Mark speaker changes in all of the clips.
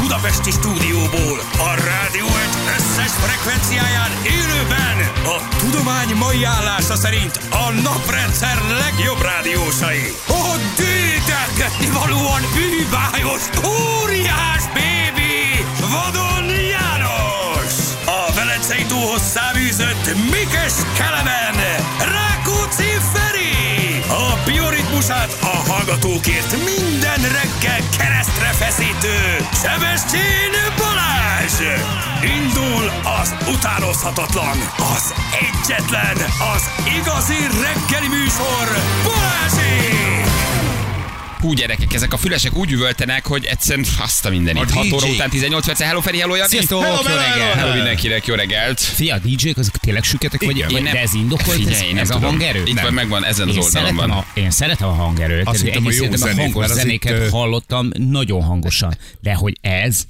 Speaker 1: Budapesti stúdióból, a rádió egy összes frekvenciáján élőben, a tudomány mai állása szerint a naprendszer legjobb rádiósai. A dédelgetni valóan bűvájos, óriás bébi, Vadon János! A Velencei tóhoz száműzött Mikes Kelemen, Rákóczi Feri! A bioritmusát a hallgatókért minden reggel keresztre feszítő Sebestyén Balázs! Indul az utánozhatatlan, az egyetlen, az igazi reggeli műsor Balázsék!
Speaker 2: Hú, gyerekek, ezek a fülesek úgy üvöltenek, hogy egyszerűen azt a mindenit.
Speaker 3: A
Speaker 2: 6 óra
Speaker 3: DJ.
Speaker 2: után 18 perc, hello Feri, hello Javi.
Speaker 3: Sziasztok,
Speaker 2: hello,
Speaker 3: jó
Speaker 2: hello,
Speaker 3: reggel.
Speaker 2: hello, hello mindenkinek, jó reggelt.
Speaker 3: Fia, a DJ-k azok tényleg süketek, vagy, vagy de ez indokolt,
Speaker 2: Figyelj,
Speaker 3: ez,
Speaker 2: én nem
Speaker 3: ez a
Speaker 2: tudom.
Speaker 3: hangerő?
Speaker 2: Itt
Speaker 3: Nem.
Speaker 2: van, megvan, ezen az
Speaker 3: Én
Speaker 2: oldalon
Speaker 3: szeretem,
Speaker 2: van.
Speaker 3: a, én szeretem a hangerőt.
Speaker 4: Azt
Speaker 3: Tehát
Speaker 4: hittem, a
Speaker 3: egész
Speaker 4: jó
Speaker 3: életemben
Speaker 4: zenét,
Speaker 3: hangos
Speaker 4: mert az
Speaker 3: zenéket
Speaker 4: itt, ö-
Speaker 3: hallottam nagyon hangosan. De hogy ez,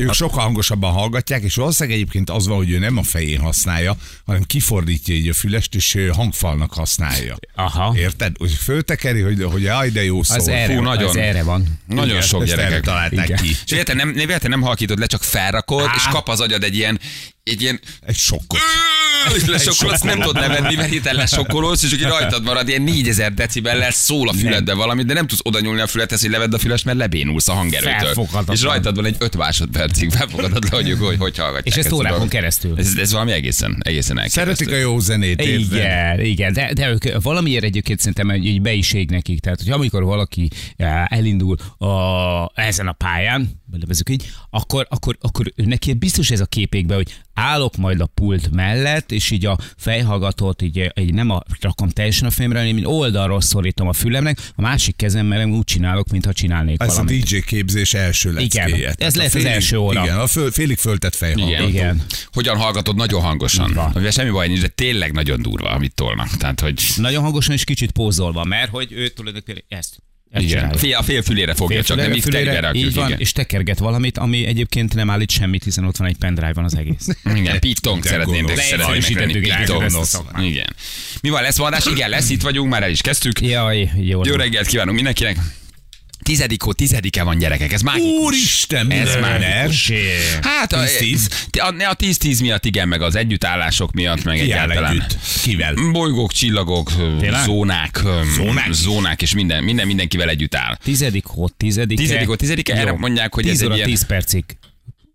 Speaker 4: Ők sokkal hangosabban hallgatják, és valószínűleg egyébként az van, hogy ő nem a fején használja, hanem kifordítja így a fülest, és ö, hangfalnak használja.
Speaker 3: aha,
Speaker 4: Érted? Úgy föltekeri, hogy, hogy jaj, de jó szó.
Speaker 3: az, erre,
Speaker 2: Szóval. fú,
Speaker 3: az
Speaker 2: nagyon.
Speaker 3: erre van.
Speaker 2: Nagyon
Speaker 4: Igen,
Speaker 2: sok
Speaker 4: ezt erre
Speaker 2: gyerekek.
Speaker 4: találták
Speaker 3: Igen.
Speaker 4: ki.
Speaker 2: És véletlen nem, véletlen nem halkítod le, csak felrakod, és kap az agyad egy ilyen, egy ilyen
Speaker 4: Egy sokkot.
Speaker 2: és lesokkolsz, nem tudod levenni, mert héten lesokkolódsz, és aki rajtad marad, ilyen 4000 decibellel szól a füledbe valamit, de nem tudsz oda nyúlni a fülethez, hogy levedd a füles, mert lebénulsz a hangerőtől.
Speaker 3: Felfoghatatlan.
Speaker 2: És rajtad van egy 5 másodpercig, felfogadod le, hogy ők hogy, hogy hallgatják.
Speaker 3: És ezt
Speaker 2: a
Speaker 3: órákon
Speaker 2: dolgot.
Speaker 3: keresztül.
Speaker 2: Ez, ez valami egészen, egészen
Speaker 4: Szeretik a
Speaker 2: elképesztő.
Speaker 4: jó zenét, érted?
Speaker 3: Igen, igen, de, de ők valamiért egyébként szerintem egy, egy be is ég nekik. Tehát, hogy amikor valaki á, elindul a, ezen a pályán, nevezük így, akkor, akkor, akkor ő neki biztos ez a képékbe, hogy állok majd a pult mellett, és így a fejhallgatót így, így nem a, rakom teljesen a fejemre, hanem így oldalról szorítom a fülemnek, a másik kezemmel úgy csinálok, mintha csinálnék
Speaker 4: Ez a
Speaker 3: valamit.
Speaker 4: DJ képzés első
Speaker 3: Igen.
Speaker 4: leckéje.
Speaker 3: Ez
Speaker 4: Tehát a
Speaker 3: lehet az első óra.
Speaker 4: Igen, a föl, félig föltett
Speaker 2: Igen.
Speaker 4: fejhallgató.
Speaker 3: Igen.
Speaker 2: Hogyan hallgatod nagyon hangosan.
Speaker 3: Így van.
Speaker 2: Amivel semmi baj nincs, de tényleg nagyon durva, amit tolnak. Tehát, hogy
Speaker 3: Nagyon hangosan és kicsit pózolva, mert hogy ő tulajdonképpen ezt, ezt
Speaker 2: igen.
Speaker 3: csinálja.
Speaker 2: Fél, a fél fülére fogja, csak nem
Speaker 3: Félfülére,
Speaker 2: iftekbe
Speaker 3: fülére,
Speaker 2: rakjuk.
Speaker 3: Így van,
Speaker 2: Igen.
Speaker 3: és tekerget valamit, ami egyébként nem állít semmit, hiszen ott van egy pendrive van az egész.
Speaker 2: Igen, pittong szeretnétek
Speaker 4: gonosz.
Speaker 2: szeretnétek lenni.
Speaker 3: Leegyszerűsítettük egy kicsit
Speaker 2: Pittong.
Speaker 3: ezt a szakmát.
Speaker 2: Igen. Mi van, lesz vadás? Igen, lesz, itt vagyunk, már el is kezdtük.
Speaker 3: Jaj, jó.
Speaker 2: Jó reggelt kívánunk mindenkinek. Tizedik hó, tizedike van gyerekek, ez mágikus.
Speaker 4: Úristen,
Speaker 2: Ez
Speaker 4: minden
Speaker 2: már
Speaker 4: er.
Speaker 2: Hát a
Speaker 4: 10-10?
Speaker 2: a, ne, a 10-10 miatt igen, meg az együttállások miatt, meg
Speaker 4: Ki áll
Speaker 2: egyáltalán.
Speaker 4: együtt? Kivel?
Speaker 2: Bolygók, csillagok,
Speaker 3: Tényleg?
Speaker 2: zónák, zónák, zónák és minden, minden mindenkivel együtt áll.
Speaker 3: Tizedik hó, tizedike.
Speaker 2: Tizedik hó, tizedike,
Speaker 3: Jó.
Speaker 2: erre mondják, hogy ez
Speaker 3: Tíz
Speaker 2: egy
Speaker 3: óra,
Speaker 2: ilyen-
Speaker 3: tíz percig.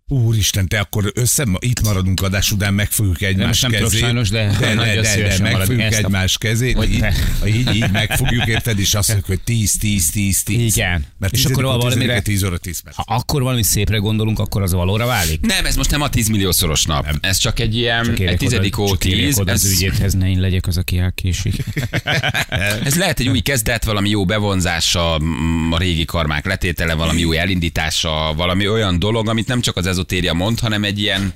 Speaker 4: Úristen, te akkor össze, itt maradunk adás után, megfogjuk egymás
Speaker 3: most nem tudok
Speaker 4: kezét.
Speaker 3: sajnos, de
Speaker 4: de,
Speaker 3: nagyon
Speaker 4: de, de,
Speaker 3: szívesen
Speaker 4: de megfogjuk
Speaker 3: maradok. Ezt a-
Speaker 4: egymás kezét,
Speaker 3: Hogy
Speaker 4: így,
Speaker 3: ne.
Speaker 4: így, így megfogjuk, érted, és azt mondjuk, hogy 10, 10, 10, 10.
Speaker 3: Igen.
Speaker 4: Mert
Speaker 3: És
Speaker 4: 10
Speaker 3: akkor
Speaker 4: óra,
Speaker 3: ha
Speaker 4: 10
Speaker 3: valamire-
Speaker 4: 10 óra, 10 perc.
Speaker 3: Ha akkor valami szépre gondolunk, akkor az valóra válik.
Speaker 2: Nem, ez most nem a 10 milliószoros nap. Ez csak egy ilyen,
Speaker 3: Csak
Speaker 2: egy
Speaker 3: érjek
Speaker 2: tizedik
Speaker 3: oda,
Speaker 2: hó,
Speaker 3: csak érjek
Speaker 2: 10.
Speaker 3: oda az
Speaker 2: ez-
Speaker 3: ügyéthez, ne én legyek az, aki elkésik.
Speaker 2: Ez lehet egy új kezdet, valami jó bevonzása, mm, a régi karmák letétele, valami új elindítása, valami olyan dolog, amit nem csak az ezotéria mond, hanem egy ilyen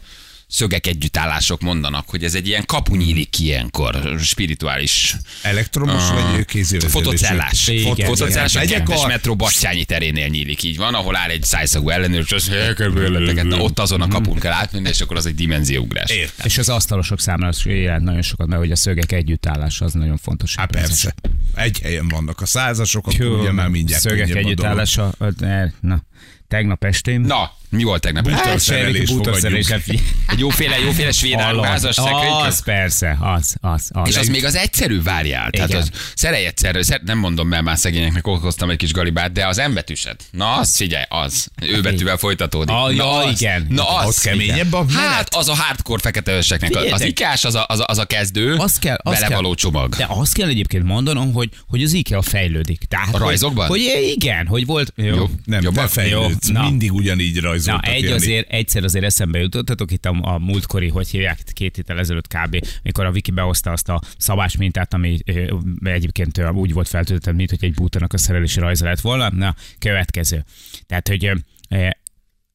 Speaker 2: szögek együttállások mondanak, hogy ez egy ilyen kapu nyílik ilyenkor, spirituális.
Speaker 4: Elektromos vagy kézévezérés?
Speaker 2: Ah. Fotocellás.
Speaker 3: Igen,
Speaker 2: Fot-
Speaker 3: igen.
Speaker 2: Fotocellás a
Speaker 4: Megyek
Speaker 2: kettes
Speaker 4: a-
Speaker 2: metró Bastyányi terénél nyílik, így van, ahol áll egy szájszagú ellenőr, és az "Elkerülhetlenek." Na, ott azon a kapun kell átmenni, és akkor az egy dimenzióugrás.
Speaker 4: Értem.
Speaker 3: És az asztalosok számára az jelent nagyon sokat, mert hogy a szögek együttállása az nagyon fontos.
Speaker 4: Hát persze. Egy helyen vannak a százasok, akkor
Speaker 3: Jó,
Speaker 4: ugye már mindjárt
Speaker 3: Szögek
Speaker 4: könnyebb a dolog.
Speaker 3: együttállása. öt- eh, Na, tegnap estén.
Speaker 2: Na, mi volt tegnap?
Speaker 4: Hát,
Speaker 3: Sejlik
Speaker 4: Szerelés
Speaker 3: bútorszerelésre.
Speaker 2: Egy jóféle, jóféle svéd
Speaker 3: Hallod?
Speaker 2: álmázas szekrényköz.
Speaker 3: Az persze, az, az, az.
Speaker 2: És az még az egyszerű várjál. Tehát
Speaker 3: Igen.
Speaker 2: az szerelj egyszerű, szer, nem mondom, mert már szegényeknek okoztam egy kis galibát, de az embetűset. Na az, figyelj, az. Ő betűvel folytatódik.
Speaker 3: Hát Ah,
Speaker 2: na,
Speaker 3: ja,
Speaker 2: az,
Speaker 3: igen.
Speaker 2: Na az.
Speaker 4: Ott keményebb a menet?
Speaker 2: Hát az a hardcore fekete öseknek. az- Az
Speaker 3: Figyeljetek.
Speaker 2: ikás, az a, az a, az a kezdő,
Speaker 3: Azt kell, azt
Speaker 2: vele
Speaker 3: kell.
Speaker 2: való csomag.
Speaker 3: De azt kell egyébként mondanom, hogy, hogy az IKEA fejlődik. Tehát,
Speaker 2: A rajzokban?
Speaker 3: Hogy, hogy igen, hogy volt... Jó.
Speaker 2: Jó.
Speaker 4: Nem,
Speaker 2: Jobban?
Speaker 4: te fejlődsz.
Speaker 3: Jó, na.
Speaker 4: Mindig ugyanígy
Speaker 3: Na,
Speaker 4: rajzoltak.
Speaker 3: egy
Speaker 4: Jani.
Speaker 3: azért, egyszer azért eszembe jutottatok itt a, a múltkori, hogy hívják, két héttel ezelőtt kb., mikor a Viki behozta azt a szabás mintát, ami ö, egyébként ö, úgy volt feltöltve, mint hogy egy bútornak a szerelési rajza lett volna. Na, következő. Tehát, hogy ö, ö,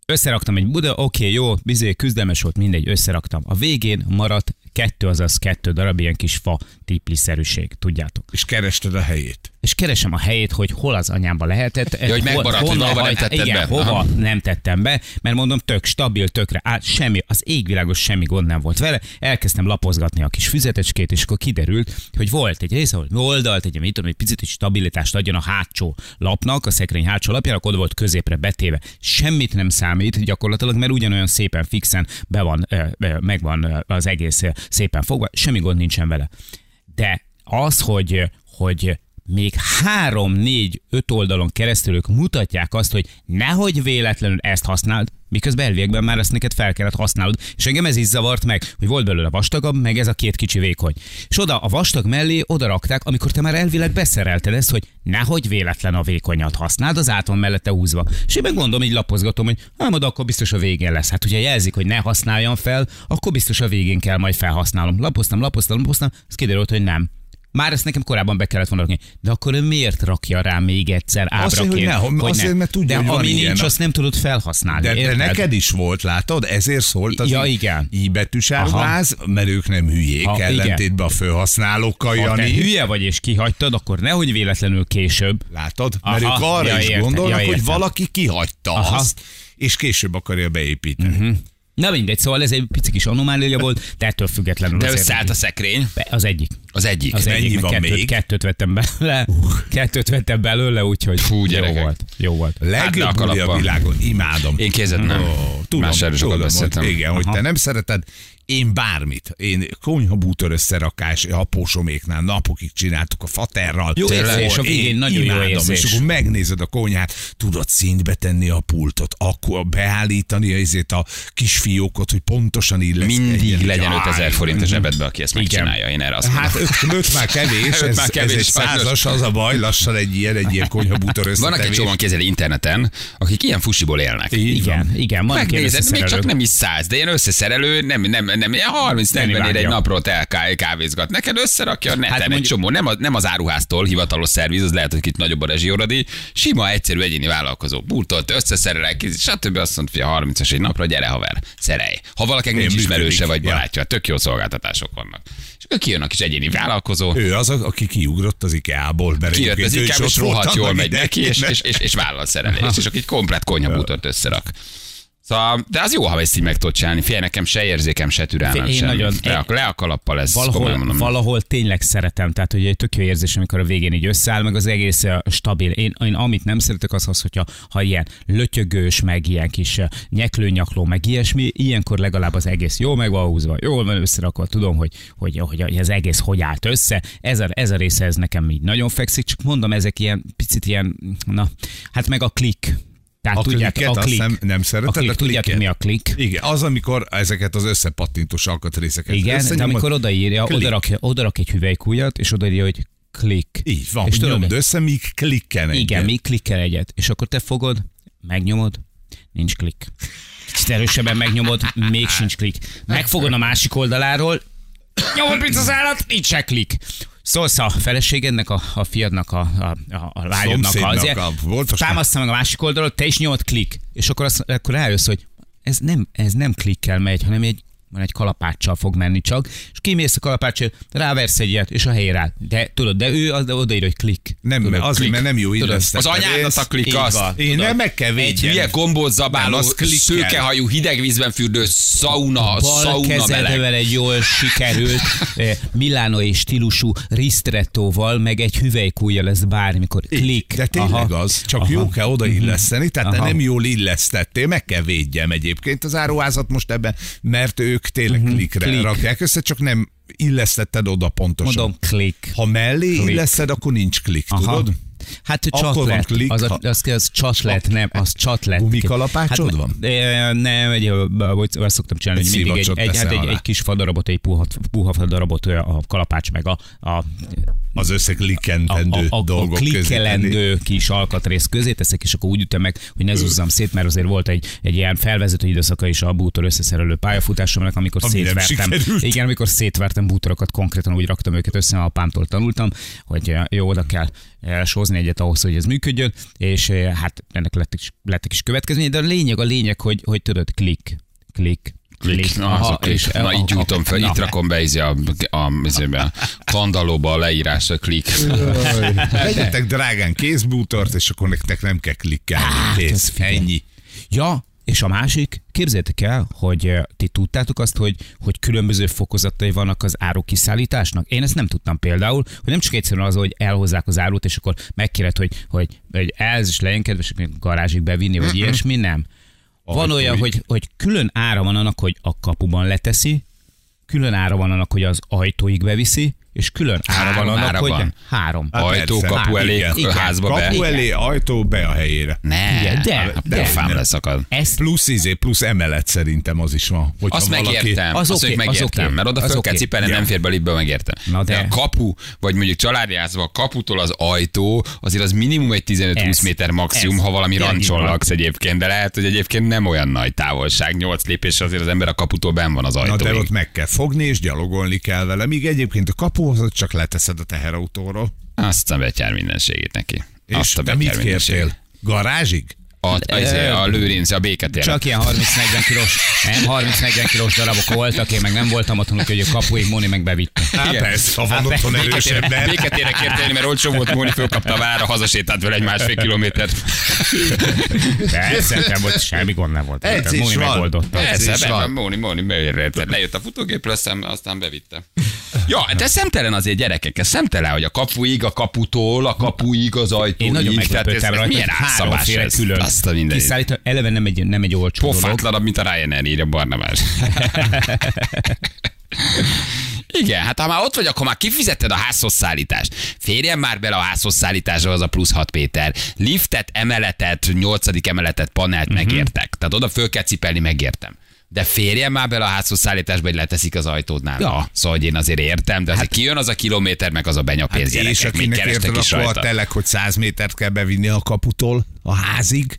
Speaker 3: összeraktam egy buda, oké, jó, bizé, küzdelmes volt, mindegy, összeraktam. A végén maradt kettő, azaz kettő darab ilyen kis fa tipliszerűség, tudjátok.
Speaker 4: És kerested a helyét.
Speaker 3: és keresem a helyét, hogy hol az anyámba lehetett.
Speaker 2: Ja, hogy
Speaker 3: hol-
Speaker 2: megmaradt, hogy
Speaker 3: honnan
Speaker 2: valahova nem
Speaker 3: hajt-
Speaker 2: tetted
Speaker 3: igen,
Speaker 2: be.
Speaker 3: hova
Speaker 2: Aha.
Speaker 3: nem tettem be, mert mondom, tök stabil, tökre állt, semmi, az égvilágos semmi gond nem volt vele. Elkezdtem lapozgatni a kis füzetecskét, és akkor kiderült, hogy volt egy része, ahol oldalt, egy, mit tudom, egy picit is stabilitást adjon a hátsó lapnak, a szekrény hátsó lapjának, akkor oda volt középre betéve. Semmit nem számít gyakorlatilag, mert ugyanolyan szépen fixen be van, ö, ö, megvan ö, az egész ö, szépen fogva, semmi gond nincsen vele. De az, hogy, hogy még három, négy, öt oldalon keresztül ők mutatják azt, hogy nehogy véletlenül ezt használd, miközben elvégben már ezt neked fel kellett használod. És engem ez is zavart meg, hogy volt belőle vastagabb, meg ez a két kicsi vékony. És oda a vastag mellé oda rakták, amikor te már elvileg beszerelted ezt, hogy nehogy véletlen a vékonyat használd, az át van mellette húzva. És én meg gondolom, így lapozgatom, hogy ám oda akkor biztos a végén lesz. Hát ugye jelzik, hogy ne használjam fel, akkor biztos a végén kell majd felhasználom. Lapoztam, lapoztam, lapoztam, ez kiderült, hogy nem. Már ezt nekem korábban be kellett volna rakni. De akkor ő miért rakja rá még egyszer
Speaker 4: Azért,
Speaker 3: ábraként?
Speaker 4: hogy ne, azért, mert tudja,
Speaker 3: De
Speaker 4: hogy van
Speaker 3: ami
Speaker 4: ilyen.
Speaker 3: nincs, azt nem tudod felhasználni.
Speaker 4: De, de
Speaker 3: érted?
Speaker 4: neked is volt, látod? Ezért szólt az
Speaker 3: Ja, igen.
Speaker 4: I betűs
Speaker 3: Aha.
Speaker 4: árváz, mert ők nem hülyék,
Speaker 3: Ha,
Speaker 4: ha,
Speaker 3: igen.
Speaker 4: ellentétben a főhasználókkal,
Speaker 3: Ha te
Speaker 4: Jani.
Speaker 3: hülye vagy és kihagytad, akkor nehogy véletlenül később.
Speaker 4: Látod? Mert
Speaker 3: Aha,
Speaker 4: ők arra
Speaker 3: ja,
Speaker 4: is
Speaker 3: értem,
Speaker 4: gondolnak,
Speaker 3: ja,
Speaker 4: hogy
Speaker 3: értem.
Speaker 4: valaki kihagyta
Speaker 3: Aha. Mhm.
Speaker 4: azt, és később akarja beépíteni. Uh-huh.
Speaker 3: Na mindegy, szóval ez egy pici kis anomália volt, de ettől függetlenül
Speaker 2: De
Speaker 3: azért-
Speaker 2: összeállt a szekrény,
Speaker 3: Be- Az egyik.
Speaker 2: az egyik.
Speaker 3: Az
Speaker 4: Mennyi
Speaker 3: egyik, meg
Speaker 4: van
Speaker 3: kettőt,
Speaker 4: még? Uh.
Speaker 3: kettőt vettem belőle, kettőt vettem belőle, úgyhogy
Speaker 2: Fú,
Speaker 3: jó
Speaker 2: gyerekek.
Speaker 3: volt. Jó volt.
Speaker 2: Átne a
Speaker 4: Legjobb buli a
Speaker 2: kalapba.
Speaker 4: világon, imádom.
Speaker 2: Én kézed nem.
Speaker 4: tudom,
Speaker 2: Más erről sokat
Speaker 4: tudom,
Speaker 2: beszéltem.
Speaker 4: hogy, igen, hogy
Speaker 3: Aha.
Speaker 4: te nem szereted. Én bármit. Én konyhabútor összerakás, apósoméknál napokig csináltuk a faterral.
Speaker 3: Jó
Speaker 2: Tényleg?
Speaker 3: érzés, a
Speaker 4: Én
Speaker 3: végén nagyon jó
Speaker 4: imádom,
Speaker 3: érzés.
Speaker 4: És akkor megnézed a konyhát, tudod szintbe tenni a pultot, akkor beállítani ezért a kis fiókot, hogy pontosan illeszkedjen.
Speaker 2: Mindig legyen
Speaker 4: Jaj,
Speaker 2: 5000 forint a zsebedbe, aki ezt
Speaker 3: Mhm. Igen.
Speaker 2: megcsinálja. Én erre azt
Speaker 4: Hát
Speaker 2: mondom.
Speaker 4: öt, öt már
Speaker 2: Öt
Speaker 4: kevés, ez,
Speaker 2: már kevés,
Speaker 4: ez egy
Speaker 2: sajnos.
Speaker 4: százas, az a baj, lassan egy ilyen, egy ilyen konyhabútor
Speaker 2: Vannak egy
Speaker 4: összetevés.
Speaker 2: csomóan kezeli interneten, akik ilyen fusiból élnek.
Speaker 3: Igen, igen, van ilyen
Speaker 2: Megnézed, még csak
Speaker 3: összeszerelők.
Speaker 2: nem is száz, de ilyen összeszerelő, nem, nem, nem, ilyen 30
Speaker 3: Nem
Speaker 2: 40 ér egy
Speaker 3: imádja.
Speaker 2: napról te kávézgat. Neked összerakja a neten hát egy
Speaker 3: mondjuk-
Speaker 2: csomó, nem, a- nem az áruháztól hivatalos szerviz, az lehet, hogy itt nagyobb a rezsióradi, sima, egyszerű egyéni vállalkozó. Burtolt, összeszerelek, stb. Azt mondta, hogy a 30-as egy napra, gyere haver, szerelj. Ha valakinek nincs
Speaker 4: működik.
Speaker 2: ismerőse vagy
Speaker 4: Ja.
Speaker 2: barátja, tök jó szolgáltatások vannak. És akkor kijön a kis egyéni vállalkozó,
Speaker 4: Ő az, a- aki kiugrott az IKEA-ból, mert
Speaker 2: kijött az
Speaker 4: egyébként ő is
Speaker 2: inkább, és
Speaker 4: ott volt
Speaker 2: rohadt jól
Speaker 4: annak
Speaker 2: megy neki, és,
Speaker 4: idején.
Speaker 2: és, és, és vállal szerelést, és akkor egy komplet konyhabútort összerak. Szóval, de az jó, ha ezt így meg tudod csinálni. Félj, nekem se érzékem, se türelmem
Speaker 3: Én
Speaker 2: sem.
Speaker 3: nagyon-
Speaker 2: le, a, le a kalappal ez, komolyan
Speaker 3: valahol,
Speaker 2: mondom.
Speaker 3: valahol tényleg szeretem, tehát hogy egy tök jó érzés, amikor a végén így összeáll, meg az egész eh, stabil. Én, én amit nem szeretek az, az hogyha ha ilyen lötyögős, meg ilyen kis eh, nyeklőnyakló, meg ilyesmi, ilyenkor legalább az egész jó meg van húzva, jól van összerakva, tudom, hogy, hogy, hogy, hogy az egész hogy állt össze. Ez a, ez a része, ez nekem így nagyon fekszik, csak mondom, ezek ilyen picit ilyen, na, hát meg a klik. Tehát
Speaker 4: A
Speaker 3: tudják,
Speaker 4: klikket
Speaker 3: a
Speaker 4: azt
Speaker 3: klik.
Speaker 4: nem- nem szereted,
Speaker 3: a klik,
Speaker 4: de
Speaker 3: tudják,
Speaker 4: klikket.
Speaker 3: mi a klik.
Speaker 4: Igen, az, amikor ezeket az összepattintós alkatrészeket
Speaker 3: Igen, de
Speaker 4: összenyomod,
Speaker 3: amikor odaírja,
Speaker 4: klik.
Speaker 3: odarak, odarak egy hüvelykújat, és odaírja, hogy klik.
Speaker 4: Így van,
Speaker 3: és
Speaker 4: és
Speaker 3: tudod,
Speaker 4: nyomd össze, míg klikken egyet.
Speaker 3: igen, mi klikkel egyet. És akkor te fogod, megnyomod, nincs klik. Kicsit erősebben megnyomod, még sincs klik. Megfogod a másik oldaláról, nyomod picazállat, nincs se klik. Szólsz a feleségednek, a, a fiadnak, a, a, a, a lányodnak,
Speaker 4: Szomszédnak,
Speaker 3: azért,
Speaker 4: a voltosnak.
Speaker 3: támaszta meg a másik oldalról, te is nyomod klik. És akkor, azt, akkor rájössz, hogy ez nem, ez nem klikkel megy, hanem egy van egy kalapáccsal fog menni csak, és kimész a kalapáccsal, ráversz egy ilyet, és a helyére áll. De tudod, de ő az de odaír, hogy klik.
Speaker 4: Nem,
Speaker 3: tudod,
Speaker 4: mert azért, mert nem jó
Speaker 2: Az
Speaker 4: illesztetted.
Speaker 2: anyádat a klik
Speaker 3: Így
Speaker 2: azt.
Speaker 3: van.
Speaker 4: Én nem meg kell
Speaker 2: Egy
Speaker 4: védjenek.
Speaker 2: hülye gombóc
Speaker 4: Nem,
Speaker 2: zabáló,
Speaker 4: az klikkel.
Speaker 2: szőkehajú, hideg vízben fürdő, szauna,
Speaker 3: bal
Speaker 2: szauna meleg.
Speaker 3: kezedvel egy jól sikerült eh, milánoi stílusú ristrettóval, meg egy hüvelykújjal lesz bármikor. Klik.
Speaker 4: De tényleg
Speaker 3: Aha. Mhm.
Speaker 4: az, csak jó kell odailleszteni, tehát te
Speaker 3: Aha.
Speaker 4: nem jól illesztettél, meg kell védjem egyébként az áruházat most ebben, mert ők tényleg klikre
Speaker 3: Mhm. klik.
Speaker 4: rakják össze, csak nem illesztetted oda pontosan.
Speaker 3: Mondom, klik.
Speaker 4: Ha mellé
Speaker 3: Klik.
Speaker 4: illeszted, akkor nincs klik, tudod?
Speaker 3: Hát
Speaker 4: Akkor van
Speaker 3: csatlet.
Speaker 4: klik,
Speaker 3: Az, a,
Speaker 4: ha-
Speaker 3: az, az csatlet, nem, az csatlet.
Speaker 4: Gumikalapácsod van?
Speaker 3: eh, Nem, egy, vagy azt szoktam csinálni,
Speaker 4: Egy
Speaker 3: hogy mindig egy,
Speaker 4: szivacsot
Speaker 3: egy, hát
Speaker 4: teszel
Speaker 3: egy,
Speaker 4: alá.
Speaker 3: egy, kis fadarabot, egy puha, puha fadarabot eh, a kalapács meg a, a
Speaker 4: Az összeklikkentendő
Speaker 3: a, a, a, a
Speaker 4: dolgok közé tenni.
Speaker 3: klikkelendő kis alkatrész közé teszek, és akkor úgy ütem meg, hogy ne zúzzam szét, mert azért volt egy, egy ilyen felvezető időszaka is a bútor összeszerelő pályafutásomnak, amikor
Speaker 4: Ami nem
Speaker 3: szétvertem.
Speaker 4: sikerült.
Speaker 3: Igen, amikor szétvertem bútorokat, konkrétan úgy raktam őket össze, mert apámtól tanultam, hogy eh, jó, oda kell eh, sózni egyet ahhoz, hogy ez működjön, és eh, hát ennek lettek, is- lettek is következményei, de a lényeg, a lényeg, hogy, hogy tudod, klik, klik,
Speaker 2: klik. Na, az
Speaker 3: Aha,
Speaker 2: a klik.
Speaker 3: és- eh,
Speaker 2: Na, így
Speaker 3: a-
Speaker 2: gyújtom
Speaker 3: a-
Speaker 2: fel,
Speaker 3: na.
Speaker 2: itt rakom be izé a, a, izébe, a kandallóba a leírás, a klik.
Speaker 4: Vegyetek drágán kézbútort, és akkor nektek nem kell klikkelni.
Speaker 3: Hát,
Speaker 4: Kész, ennyi.
Speaker 3: Ja, és a másik, képzeljétek el, hogy eh, ti tudtátok azt, hogy, hogy különböző fokozatai vannak az áru kiszállításnak? Én ezt nem tudtam például, hogy nem csak egyszerűen az, hogy elhozzák az árut, és akkor megkéred, hogy, hogy, hogy ez is legyen kedves, hogy garázsig bevinni, vagy ilyesmi, nem. Van
Speaker 4: Ajtóig.
Speaker 3: olyan, hogy, hogy külön ára van annak, hogy a kapuban leteszi, külön ára van annak, hogy az ajtóig beviszi, és külön ára
Speaker 2: Három
Speaker 3: van annak,
Speaker 2: ára
Speaker 3: hogy
Speaker 2: van.
Speaker 3: három.
Speaker 2: Ajtó,
Speaker 4: persze,
Speaker 2: kapu
Speaker 4: hát
Speaker 2: elé,
Speaker 4: igen.
Speaker 2: ö, házba be.
Speaker 4: Kapu elé, ajtó, be a helyére.
Speaker 2: Ne,
Speaker 3: Igen, de-
Speaker 2: Hát,
Speaker 3: de-
Speaker 2: a fám
Speaker 4: de.
Speaker 2: leszakad.
Speaker 3: Ezt
Speaker 4: Plusz izé, plusz emelet szerintem az is van. Hogyha
Speaker 2: Azt
Speaker 4: valaki-
Speaker 2: megértem,
Speaker 3: Az
Speaker 2: az azt
Speaker 3: oké,
Speaker 2: okay,
Speaker 3: az
Speaker 2: megértem,
Speaker 3: oké,
Speaker 2: mert oda
Speaker 3: az
Speaker 2: föl
Speaker 3: oké.
Speaker 2: kell cipelni, nem fér be liftbe, megértem.
Speaker 3: Na de.
Speaker 2: a kapu, vagy mondjuk családi házba a kaputól az ajtó, azért az minimum egy 15-20
Speaker 3: Ez.
Speaker 2: méter maximum,
Speaker 3: Ez.
Speaker 2: ha valami
Speaker 3: Tényleg így
Speaker 2: rancson
Speaker 3: van.
Speaker 2: laksz egyébként, de lehet, hogy egyébként nem olyan nagy távolság, 8 lépés azért az ember a kaputól ben van az
Speaker 4: Na de ott
Speaker 2: ajtóig.
Speaker 4: meg kell fogni, és gyalogolni kell vele, míg egyébként a kapuhoz ott csak leteszed a teherautóról.
Speaker 2: Azt a betyár mindenségét neki.
Speaker 4: És
Speaker 2: Azt a
Speaker 4: te mit
Speaker 2: betyár mindenségét.
Speaker 4: kértél? Garázsig?
Speaker 2: A, a, a lőrinc, a béketér.
Speaker 3: Csak ilyen 30-40 kilós, nem 30-40 kilós darabok voltak, én meg nem voltam otthon, úgyhogy a kapuig Móni meg bevitte.
Speaker 4: Hát
Speaker 2: Igen.
Speaker 4: persze, ha van otthon erősebb,
Speaker 2: Béketére,
Speaker 4: de...
Speaker 2: béketére kértél, mert olcsó volt, Móni fölkapta a vára, hazasétált vele egy másfél kilométert.
Speaker 3: Persze, nem volt, semmi gond nem volt.
Speaker 4: Ez
Speaker 3: Móni
Speaker 4: is van.
Speaker 3: megoldotta.
Speaker 4: Ez
Speaker 2: Persze,
Speaker 4: is
Speaker 2: be,
Speaker 4: van.
Speaker 2: van. Móni, Móni, beérted. Lejött a futógépről, aztán, aztán bevitte. Ja, de szemtelen azért gyerekek, ez szemtelen, hogy a kapuig, a kaputól, a kapuig, az ajtóig.
Speaker 3: Én nagyon
Speaker 2: tehát ez,
Speaker 3: meglepődtem
Speaker 2: ez
Speaker 3: rajta,
Speaker 2: milyen
Speaker 3: hogy
Speaker 2: átszabás
Speaker 3: háromféle
Speaker 2: ez.
Speaker 3: külön.
Speaker 2: Azt a mindenit.
Speaker 3: Kiszállítva, eleve nem egy, nem egy olcsó dolog.
Speaker 2: Pofátlanabb, mint a Ryanair írja Barnabás. Igen, hát ha már ott vagy, akkor már kifizetted a házhoz szállítást. Férjen már bele a házhoz szállításra az a plusz 6 Péter. Liftet, emeletet, 8. emeletet, panelt
Speaker 4: Mhm.
Speaker 2: uh-huh. megértek. Tehát oda föl kell cipelni, megértem. De férjen már bele a házhoz szállításba, hogy leteszik az ajtódnál. Ja. Szóval hogy én azért értem, de azért hát, kijön az a kilométer, meg az a benyapénz hát
Speaker 4: És
Speaker 2: gyerekek. Még
Speaker 4: akinek
Speaker 2: kerestek
Speaker 4: érted,
Speaker 2: is
Speaker 4: akkor a
Speaker 2: rajta.
Speaker 4: telek, hogy 100 métert kell bevinni a kaputól a házig.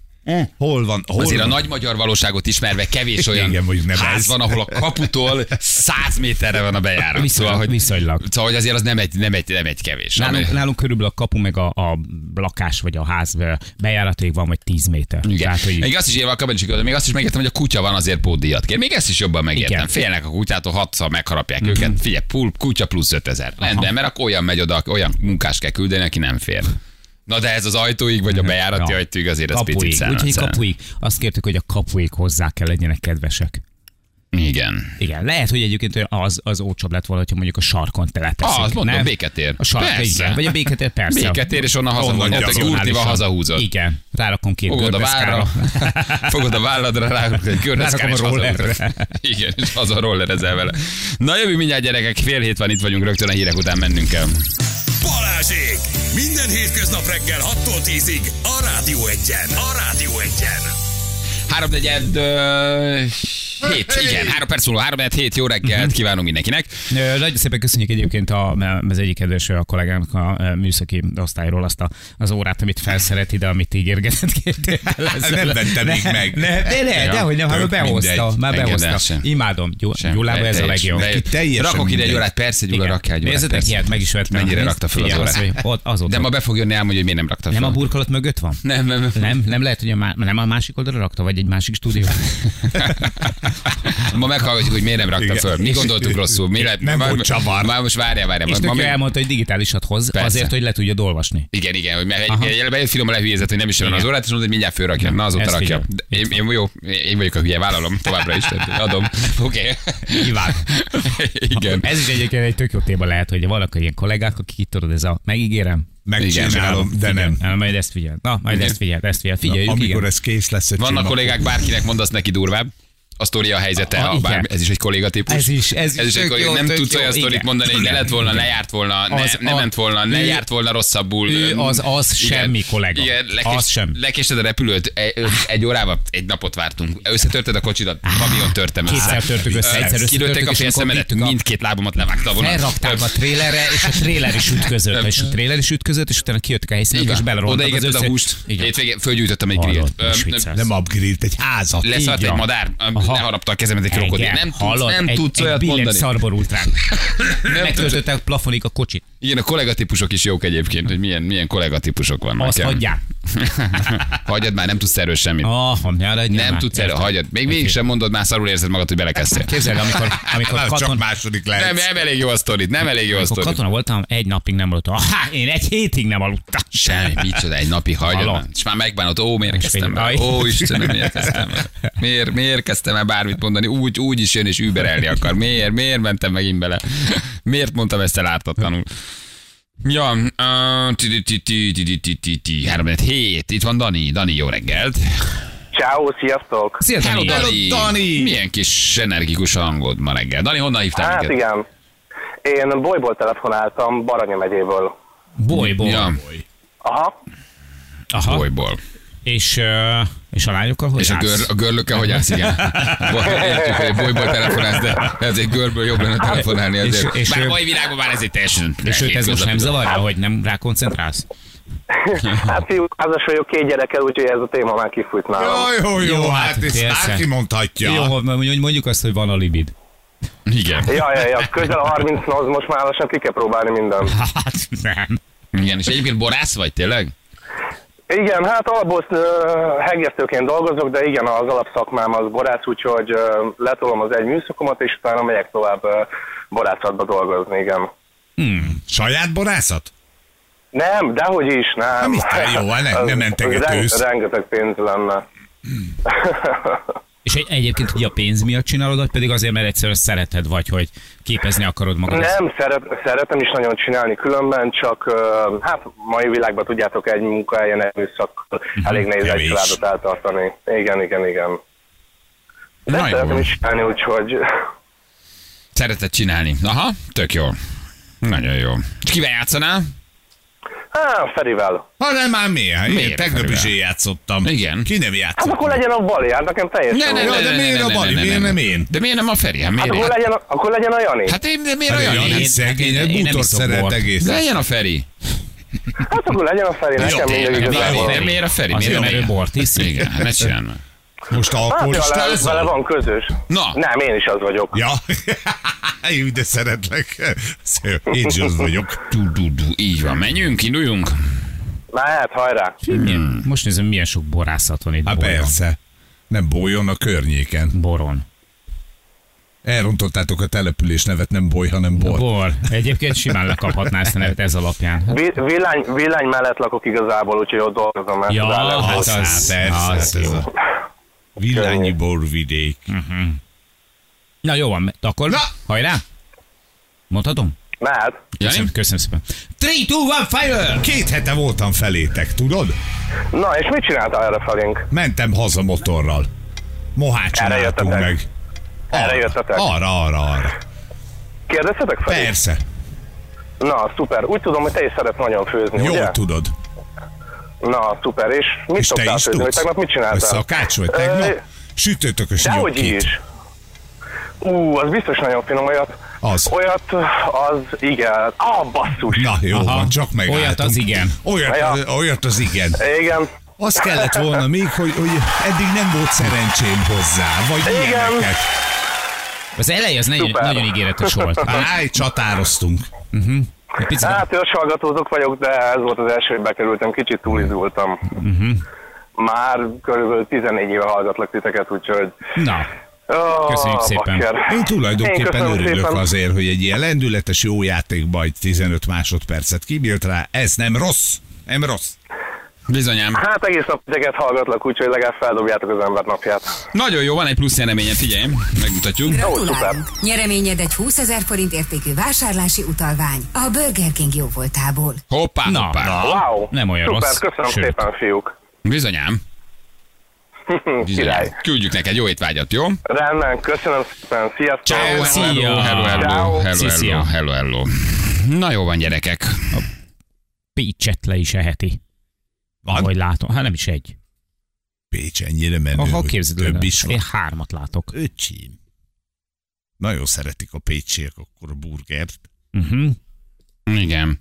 Speaker 4: Hol van? Hol
Speaker 2: Azért a
Speaker 4: van?
Speaker 2: nagy magyar valóságot ismerve kevés olyan
Speaker 4: Igen, mondjuk nem
Speaker 2: ház
Speaker 4: ez.
Speaker 2: van, ahol a kaputól 100 méterre van a bejárat.
Speaker 3: Viszonylag,
Speaker 2: hogy,
Speaker 3: viszonylag.
Speaker 2: Szóval, hogy azért az nem egy, nem egy, nem egy kevés.
Speaker 3: Nálunk,
Speaker 2: Ami-
Speaker 3: nálunk körülbelül a kapu meg a, a lakás vagy a ház bejáratig van, vagy 10 méter.
Speaker 2: igen.
Speaker 3: Tehát, hát, hogy
Speaker 2: Még azt is írva a kabancsik, de még azt is megértem, hogy a kutya van azért pótdíjat kér. Még ezt is jobban megértem.
Speaker 3: Igen.
Speaker 2: Félnek a kutyától, hatszor megharapják őket. Figyelj, pul, kutya plusz 5000. Rendben, mert akkor olyan megy oda, olyan munkás kell küldeni, aki nem fér. Na de ez az ajtóig, vagy a bejárati
Speaker 3: Ja.
Speaker 2: ajtóig azért az
Speaker 3: kapuig.
Speaker 2: picit
Speaker 3: Úgyhogy
Speaker 2: szemet,
Speaker 3: kapuig. Azt kértük, hogy a kapuig hozzá kell legyenek kedvesek.
Speaker 2: Igen.
Speaker 3: Igen, lehet, hogy egyébként az, az olcsóbb lett volna, hogyha mondjuk a sarkon telepeszik.
Speaker 2: Ah, azt mondom,
Speaker 3: nem?
Speaker 2: béketér.
Speaker 3: A sarka,
Speaker 2: Persze.
Speaker 3: igen. Vagy a béketér, persze.
Speaker 2: Béketér, és onnan haza,
Speaker 4: Onnan
Speaker 2: onnan ott egy
Speaker 4: gyakorlatilag.
Speaker 2: úrtival hazahúzod.
Speaker 3: Igen, rárakom két
Speaker 2: Fogod a
Speaker 3: görbeszkára.
Speaker 2: vállra, fogod a válladra, rárakod egy körneszkára, és
Speaker 3: Rárakom a
Speaker 2: hazaütöd.
Speaker 3: rollerre.
Speaker 2: Igen, és haza rollerezel vele. Na jövő mindjárt gyerekek, fél hét van, itt vagyunk, rögtön a hírek után mennünk kell.
Speaker 1: Balázsék! Minden hétköznap reggel 6-tól 10-ig a Rádió Egyen. A Rádió Egyen.
Speaker 2: 3 negyed, hét, igen, három perc múlva, három negyed, hét, jó reggelt,
Speaker 3: Mhm.
Speaker 2: kívánunk mindenkinek.
Speaker 3: Ö, Nagyon szépen köszönjük egyébként a, az egyik kedves a kollégának a ö, műszaki osztályról azt a, az órát, amit felszeret ide, amit ígérgetett két évvel
Speaker 4: Nem
Speaker 3: ezelőtt.
Speaker 4: vette még meg.
Speaker 3: Ne, de, de,
Speaker 2: Ja,
Speaker 3: de, hogy nem, már
Speaker 4: tök
Speaker 3: behozta,
Speaker 4: mindegy.
Speaker 3: már
Speaker 2: Engedd el,
Speaker 3: behozta.
Speaker 2: sem.
Speaker 3: Imádom, Gyul-
Speaker 2: Sem.
Speaker 3: Gyulába ez a
Speaker 2: Teljes-
Speaker 3: legjobb.
Speaker 2: teljes-
Speaker 4: teljesen
Speaker 2: Rakok ide egy
Speaker 4: mindegy.
Speaker 2: órát, persze, Gyula rakja egy órát.
Speaker 3: Nézzetek
Speaker 2: persze.
Speaker 3: ilyet, meg is vettem.
Speaker 2: Mennyire
Speaker 3: Nézd-
Speaker 2: rakta föl az
Speaker 3: Igen,
Speaker 2: órát.
Speaker 3: azt mondja, Ott azóta.
Speaker 2: De ma be fog jönni, elmondja, hogy miért nem rakta fel.
Speaker 3: Nem a burkolat mögött van?
Speaker 2: Szóval. nem, nem, nem.
Speaker 3: Nem, nem lehet, hogy a, má- nem a másik oldalra rakta, vagy egy másik stúdió.
Speaker 2: Ma meghallgatjuk, hogy miért nem rakta
Speaker 4: Igen.
Speaker 2: föl. Mi gondoltuk rosszul? Mi lett?
Speaker 4: Nem
Speaker 2: már,
Speaker 4: volt csavar.
Speaker 2: Már most várjál, várjál.
Speaker 3: És
Speaker 2: már-
Speaker 3: tök
Speaker 2: ma
Speaker 3: jó
Speaker 2: még-
Speaker 3: elmondta, hogy digitálisat hoz,
Speaker 2: Persze.
Speaker 3: azért, hogy le tudjad olvasni.
Speaker 2: Igen, igen, hogy mert egy, egy, egy finom lehülyezett, hogy nem is olyan az
Speaker 3: Igen.
Speaker 2: órát, és mondod, hogy mindjárt fölrakja. Na, azóta
Speaker 3: Ezt
Speaker 2: rakja.
Speaker 3: figyelj.
Speaker 2: De Én, én, jó, én vagyok a hülye, vállalom továbbra is, tehát adom. Oké.
Speaker 3: Kiváló.
Speaker 2: igen.
Speaker 3: Ez is egyébként egy tök jó téma lehet, hogy vannak ilyen kollégák, akik itt tudod, ez a megígérem.
Speaker 4: Megcsinálom, de nem.
Speaker 3: Na, majd ezt figyeld. Na, majd
Speaker 2: Igen.
Speaker 3: ezt figyeld, ezt figyeld. Figyeljük,
Speaker 4: Amikor
Speaker 3: igen.
Speaker 4: ez kész lesz, öcsém,
Speaker 2: Vannak
Speaker 4: akkor-
Speaker 2: kollégák, bárkinek mondasz neki durvább. A sztoria helyzete,
Speaker 3: A-
Speaker 2: a,
Speaker 3: Ah, igen.
Speaker 2: bár, ez is egy kollégatípus.
Speaker 3: Ez is- ez is
Speaker 2: ez is egy
Speaker 3: tök
Speaker 2: kolléga,
Speaker 3: jó,
Speaker 2: nem
Speaker 3: tök
Speaker 2: tudsz
Speaker 3: jó,
Speaker 2: olyan sztorit
Speaker 3: igen.
Speaker 2: mondani, hogy ne lett volna, ne járt volna, ne,
Speaker 3: Az
Speaker 2: ne
Speaker 3: a-
Speaker 2: ment volna, ne
Speaker 3: ő-
Speaker 2: járt volna rosszabbul.
Speaker 3: ő az- az semmi kollega.
Speaker 2: Igen, lekés,
Speaker 3: Az sem.
Speaker 2: lekésted a repülőt, e- egy órával, egy napot vártunk. Összetörted a kocsidat, kamion törtem össze.
Speaker 3: Kétszer törtük össze, egyszer
Speaker 2: Kilőttek
Speaker 3: összetörtük,
Speaker 2: a
Speaker 3: és amikor
Speaker 2: félszemedet,
Speaker 3: vittük a-
Speaker 2: mindkét lábamat levágta volna.
Speaker 3: Felrakták a trélerre, és a tréler is ütközött, és a tréler is ütközött, és utána kijöttük a helyszínre, és belerontottak az
Speaker 2: Odaégetted a
Speaker 3: össze.
Speaker 2: húst,
Speaker 3: Igen.
Speaker 2: hétvégén fölgyújtottam egy
Speaker 3: Hallod,
Speaker 2: grillt.
Speaker 3: most
Speaker 2: Öm,
Speaker 3: viccelsz.
Speaker 4: Nem upgrade egy házat.
Speaker 2: Leszállt
Speaker 3: Így
Speaker 2: egy
Speaker 3: van.
Speaker 2: madár,
Speaker 3: Aha.
Speaker 2: ne harapta a kezemet egy krokodil.
Speaker 3: Igen,
Speaker 2: Nem tudsz,
Speaker 3: hallod?
Speaker 2: nem
Speaker 3: egy,
Speaker 2: tudsz
Speaker 3: egy
Speaker 2: olyat
Speaker 3: billenny
Speaker 2: mondani.
Speaker 3: szarborult ránk.
Speaker 2: tudsz-
Speaker 3: Megtöltöttek plafonig a kocsit.
Speaker 2: Igen, a kollégatípusok is jók egyébként, hogy milyen, milyen kollégatípusok vannak.
Speaker 3: Azt
Speaker 2: Igen.
Speaker 3: adják.
Speaker 2: Hagyjad már, nem tudsz erről semmit.
Speaker 3: Ah, nyára egy
Speaker 2: Nem tudsz erről, hagyjad. Még végig sem mondod, már szarul érzed magad, hogy belekezdtél.
Speaker 3: Képzeld, amikor, amikor
Speaker 4: Már
Speaker 3: katon,
Speaker 4: csak második lehet.
Speaker 2: Nem, nem elég jó a sztorit, nem elég jó a
Speaker 3: Akkor
Speaker 2: sztorit.
Speaker 3: katona voltam, egy napig nem aludtam. Aha, én egy hétig nem aludtam.
Speaker 2: Semmi, micsoda, egy napi hagyom.
Speaker 3: Hallom.
Speaker 2: már. És már megbánod, ó, miért
Speaker 3: Most
Speaker 2: kezdtem el?
Speaker 3: pedig- aj.
Speaker 2: Ó, Istenem, miért kezdtem el? Miért, miért kezdtem el bármit mondani? Úgy, úgy is jön és überelni akar. Miért, miért mentem megint bele? Miért mondtam ezt el ártatlanul? Ja, uh, ti- ti- ti- ti- ti- ti- ti- ti- három, negyed hét. Itt van Dani. Dani, jó reggelt.
Speaker 5: Ciao, sziasztok!
Speaker 3: Szia,
Speaker 2: Hello,
Speaker 3: Dani.
Speaker 2: Dani.
Speaker 4: Dani.
Speaker 2: Milyen kis energikus hangod ma reggel. Dani, honnan hívtál
Speaker 5: Hát
Speaker 2: minket?
Speaker 5: igen, én bolyból telefonáltam Baranya megyéből.
Speaker 3: Bolyból.
Speaker 2: Ja,
Speaker 5: Aha,
Speaker 3: Aha.
Speaker 2: bolyból.
Speaker 3: És, ö, és a lányokkal hogy
Speaker 2: És a,
Speaker 3: állsz?
Speaker 2: gör, a görlökkel hogy állsz, igen. Bo- Értjük, hogy bolyból telefonálsz, de ezért görből jobb lenne telefonálni. Azért.
Speaker 3: És- és
Speaker 2: És, már
Speaker 3: ő-
Speaker 2: mai világban már ez egy teljesen...
Speaker 3: És őt ez most nem zavarja, hogy nem rá koncentrálsz?
Speaker 5: hát fiú, házas vagyok két gyerekkel, úgyhogy ez a téma már kifújt nálam.
Speaker 4: Jaj, jó, jó,
Speaker 3: Jó,
Speaker 4: hát
Speaker 3: hát
Speaker 4: ezt
Speaker 3: persze.
Speaker 4: bárki mondhatja.
Speaker 3: Jó, mondjuk, mondjuk azt, hogy van a libid.
Speaker 2: Igen.
Speaker 5: Ja, ja, ja, közel a 30 noz, most már lassan ki kell próbálni mindent.
Speaker 3: Hát nem.
Speaker 2: Igen, és egyébként borász vagy tényleg?
Speaker 5: Igen, hát alapból ö, hegesztőként dolgozok, de igen, az alapszakmám az borász, úgyhogy ö, letolom az egy műszakomat, és utána megyek tovább ö, borászatba dolgozni, igen.
Speaker 4: Saját borászat?
Speaker 5: Nem, dehogy is, nem.
Speaker 4: Na mit te, jó, hát ne- ne
Speaker 5: Az-
Speaker 4: mentegetősz.
Speaker 5: az ren- Rengeteg pénz lenne.
Speaker 3: És egy, egyébként ugye a pénz miatt csinálod, vagy pedig azért, mert egyszerűen szereted, vagy hogy képezni akarod magad.
Speaker 5: Nem, szeret, szeretem is nagyon csinálni különben, csak ö, hát mai világban tudjátok, egy munkahelyen erőszak elég nehéz egy
Speaker 4: Kevés.
Speaker 5: családot eltartani. Igen, igen, igen.
Speaker 2: Na
Speaker 5: De
Speaker 2: jó.
Speaker 5: szeretem is csinálni, úgyhogy
Speaker 2: Szereted csinálni. Aha, tök jó. Nagyon jó. És kivel játszanál?
Speaker 5: hát Ferivel.
Speaker 4: Ha nem, már miért? Én
Speaker 2: Miért,
Speaker 4: tegnap is
Speaker 2: Ferivel?
Speaker 4: én játszottam.
Speaker 2: Igen.
Speaker 4: Ki nem
Speaker 5: Hát
Speaker 4: játszott?
Speaker 5: akkor legyen a Bali, hát nekem teljesen.
Speaker 4: ne,
Speaker 5: mindegy.
Speaker 4: de miért a Bali? Miért nem én?
Speaker 2: De miért nem a Feri? Hát
Speaker 5: Hát
Speaker 2: miért?
Speaker 5: akkor
Speaker 2: Hát-
Speaker 5: legyen, a- akkor legyen a Jani.
Speaker 2: Hát én, de miért
Speaker 4: Hát
Speaker 2: olyan?
Speaker 4: Jani,
Speaker 2: Hát-
Speaker 4: szegény,
Speaker 3: én- én
Speaker 4: egy
Speaker 3: nem
Speaker 4: bútor
Speaker 3: iszok
Speaker 4: szeret
Speaker 3: bort.
Speaker 4: egész.
Speaker 2: Legyen a Feri.
Speaker 5: Hát akkor legyen a Feri, nekem mindegy
Speaker 2: Tényleg,
Speaker 5: igazából.
Speaker 2: miért- Miért a Feri?
Speaker 3: Azért,
Speaker 2: Miért nem
Speaker 3: mert ő
Speaker 2: én?
Speaker 3: bort iszik.
Speaker 2: Igen, hát ne csináld meg.
Speaker 4: Most
Speaker 5: Hát vele, vele
Speaker 4: alkoholistázol?
Speaker 5: van közös.
Speaker 2: Na.
Speaker 5: Nem, én is az vagyok.
Speaker 4: Ja, Jú, de szeretlek. Szép. Én is az vagyok.
Speaker 2: Du, du, du. Így van, menjünk, induljunk.
Speaker 5: Na hát, hajrá.
Speaker 3: Milyen- Hmm. Most nézem, milyen sok borászat van itt
Speaker 4: Hát
Speaker 3: boron.
Speaker 4: persze. Nem bolyon a környéken.
Speaker 3: boron.
Speaker 4: Elrontottátok a település nevet, nem boly, hanem bor.
Speaker 3: Bor. Egyébként simán lekaphatná ezt a nevet ez alapján. Hát,
Speaker 5: Vi- Villány, villány mellett lakok igazából, úgyhogy ott dolgozom. mert
Speaker 3: Ja,
Speaker 5: tudál lenni.
Speaker 3: hát
Speaker 4: Az,
Speaker 3: az-
Speaker 4: persze,
Speaker 3: az
Speaker 4: hát ez
Speaker 3: jó.
Speaker 4: a Villányi borvidék.
Speaker 3: Na jó van, akkor Na. hajrá! Mondhatom?
Speaker 5: Na hát,
Speaker 2: Jani?
Speaker 3: Köszönöm, köszönöm szépen. 3, 2, 1, fire!
Speaker 4: Két hete voltam felétek, tudod?
Speaker 5: na és mit csináltál erre felénk?
Speaker 4: Mentem haza motorral.
Speaker 5: Erre
Speaker 4: Mohácsoláltunk
Speaker 5: jöttetek.
Speaker 4: meg.
Speaker 5: Erre jöttetek.
Speaker 4: Arra, arra, arra.
Speaker 5: Kérdeztetek fel?
Speaker 4: Persze,
Speaker 5: Na, szuper. Úgy tudom, hogy te is szeretsz nagyon főzni, ugye?
Speaker 4: jól tudod.
Speaker 5: Na, szuper. És mit
Speaker 4: És te
Speaker 5: szoktál
Speaker 4: is
Speaker 5: főzni? Hogy
Speaker 4: tudsz?
Speaker 5: tegnap mit
Speaker 4: Hogy
Speaker 5: csináltál?
Speaker 4: szakács vagy
Speaker 5: Ö,
Speaker 4: tegnap? Sütőtökös
Speaker 5: Dehogy
Speaker 4: nyugkit.
Speaker 5: is. Ú, az biztos nagyon finom olyat.
Speaker 4: Az.
Speaker 5: Olyat, az igen. Ah, basszus.
Speaker 4: Na jó,
Speaker 3: Aha.
Speaker 4: van, csak megálltunk.
Speaker 3: Olyat az igen.
Speaker 4: Olyat,
Speaker 5: Ja.
Speaker 4: olyat az igen.
Speaker 5: Igen.
Speaker 4: Azt kellett volna még, hogy, hogy eddig nem volt szerencsém hozzá, vagy
Speaker 5: Igen.
Speaker 4: ilyeneket.
Speaker 3: Az eleje az nagyon,
Speaker 5: Szuper.
Speaker 3: nagyon ígéretes volt.
Speaker 2: Hát,
Speaker 4: Áj, csatároztunk.
Speaker 3: Egy picit
Speaker 5: Hát, őrsalgatózók vagyok, de ez volt az első, hogy bekerültem. Kicsit túlizultam.
Speaker 4: Mhm.
Speaker 5: Már körülbelül 14 éve hallgatlak titeket, úgyhogy...
Speaker 3: Na,
Speaker 5: Oh,
Speaker 3: Köszönjük szépen.
Speaker 4: Én tulajdonképpen örülök
Speaker 5: az.
Speaker 4: azért, hogy egy ilyen lendületes jó játékba egy 15 másodpercet kibírt rá. Ez nem rossz. Nem rossz.
Speaker 2: Bizonyám.
Speaker 5: Hát egész nap titeket hallgatlak, úgyhogy legalább feldobjátok az ember napját.
Speaker 2: Nagyon jó, van egy plusz nyereményed, figyelj, megmutatjuk.
Speaker 5: szuper.
Speaker 6: Gratulálunk! Nyereményed egy 20 ezer forint értékű vásárlási utalvány a Burger King jó voltából.
Speaker 2: Hoppá,
Speaker 3: Na,
Speaker 2: hoppá.
Speaker 3: na.
Speaker 5: Wow!
Speaker 3: Nem olyan
Speaker 5: Szuper,
Speaker 3: rossz,
Speaker 5: köszönöm
Speaker 3: sőt.
Speaker 5: szépen, fiúk.
Speaker 2: Bizonyám.
Speaker 5: Király.
Speaker 2: Bizonyám. Küldjük neked jó étvágyat, jó?
Speaker 5: Rendben, köszönöm szépen, sziasztok!
Speaker 2: Hello,
Speaker 3: szia.
Speaker 2: hello, hello, hello,
Speaker 5: Ciao.
Speaker 2: hello, hello,
Speaker 3: Szia.
Speaker 2: hello, hello. Na jó van, gyerekek.
Speaker 3: Pécset le is eheti.
Speaker 4: Van?
Speaker 3: Ahogy látom. Hát nem is egy.
Speaker 4: Pécs ennyire menő,
Speaker 3: Aha,
Speaker 4: hogy
Speaker 3: képzeld el.
Speaker 4: több is
Speaker 3: Én
Speaker 4: van.
Speaker 3: hármat látok.
Speaker 4: Öcsém. Nagyon szeretik a pécsiek akkor a burgert.
Speaker 3: Uh-huh.
Speaker 2: Igen.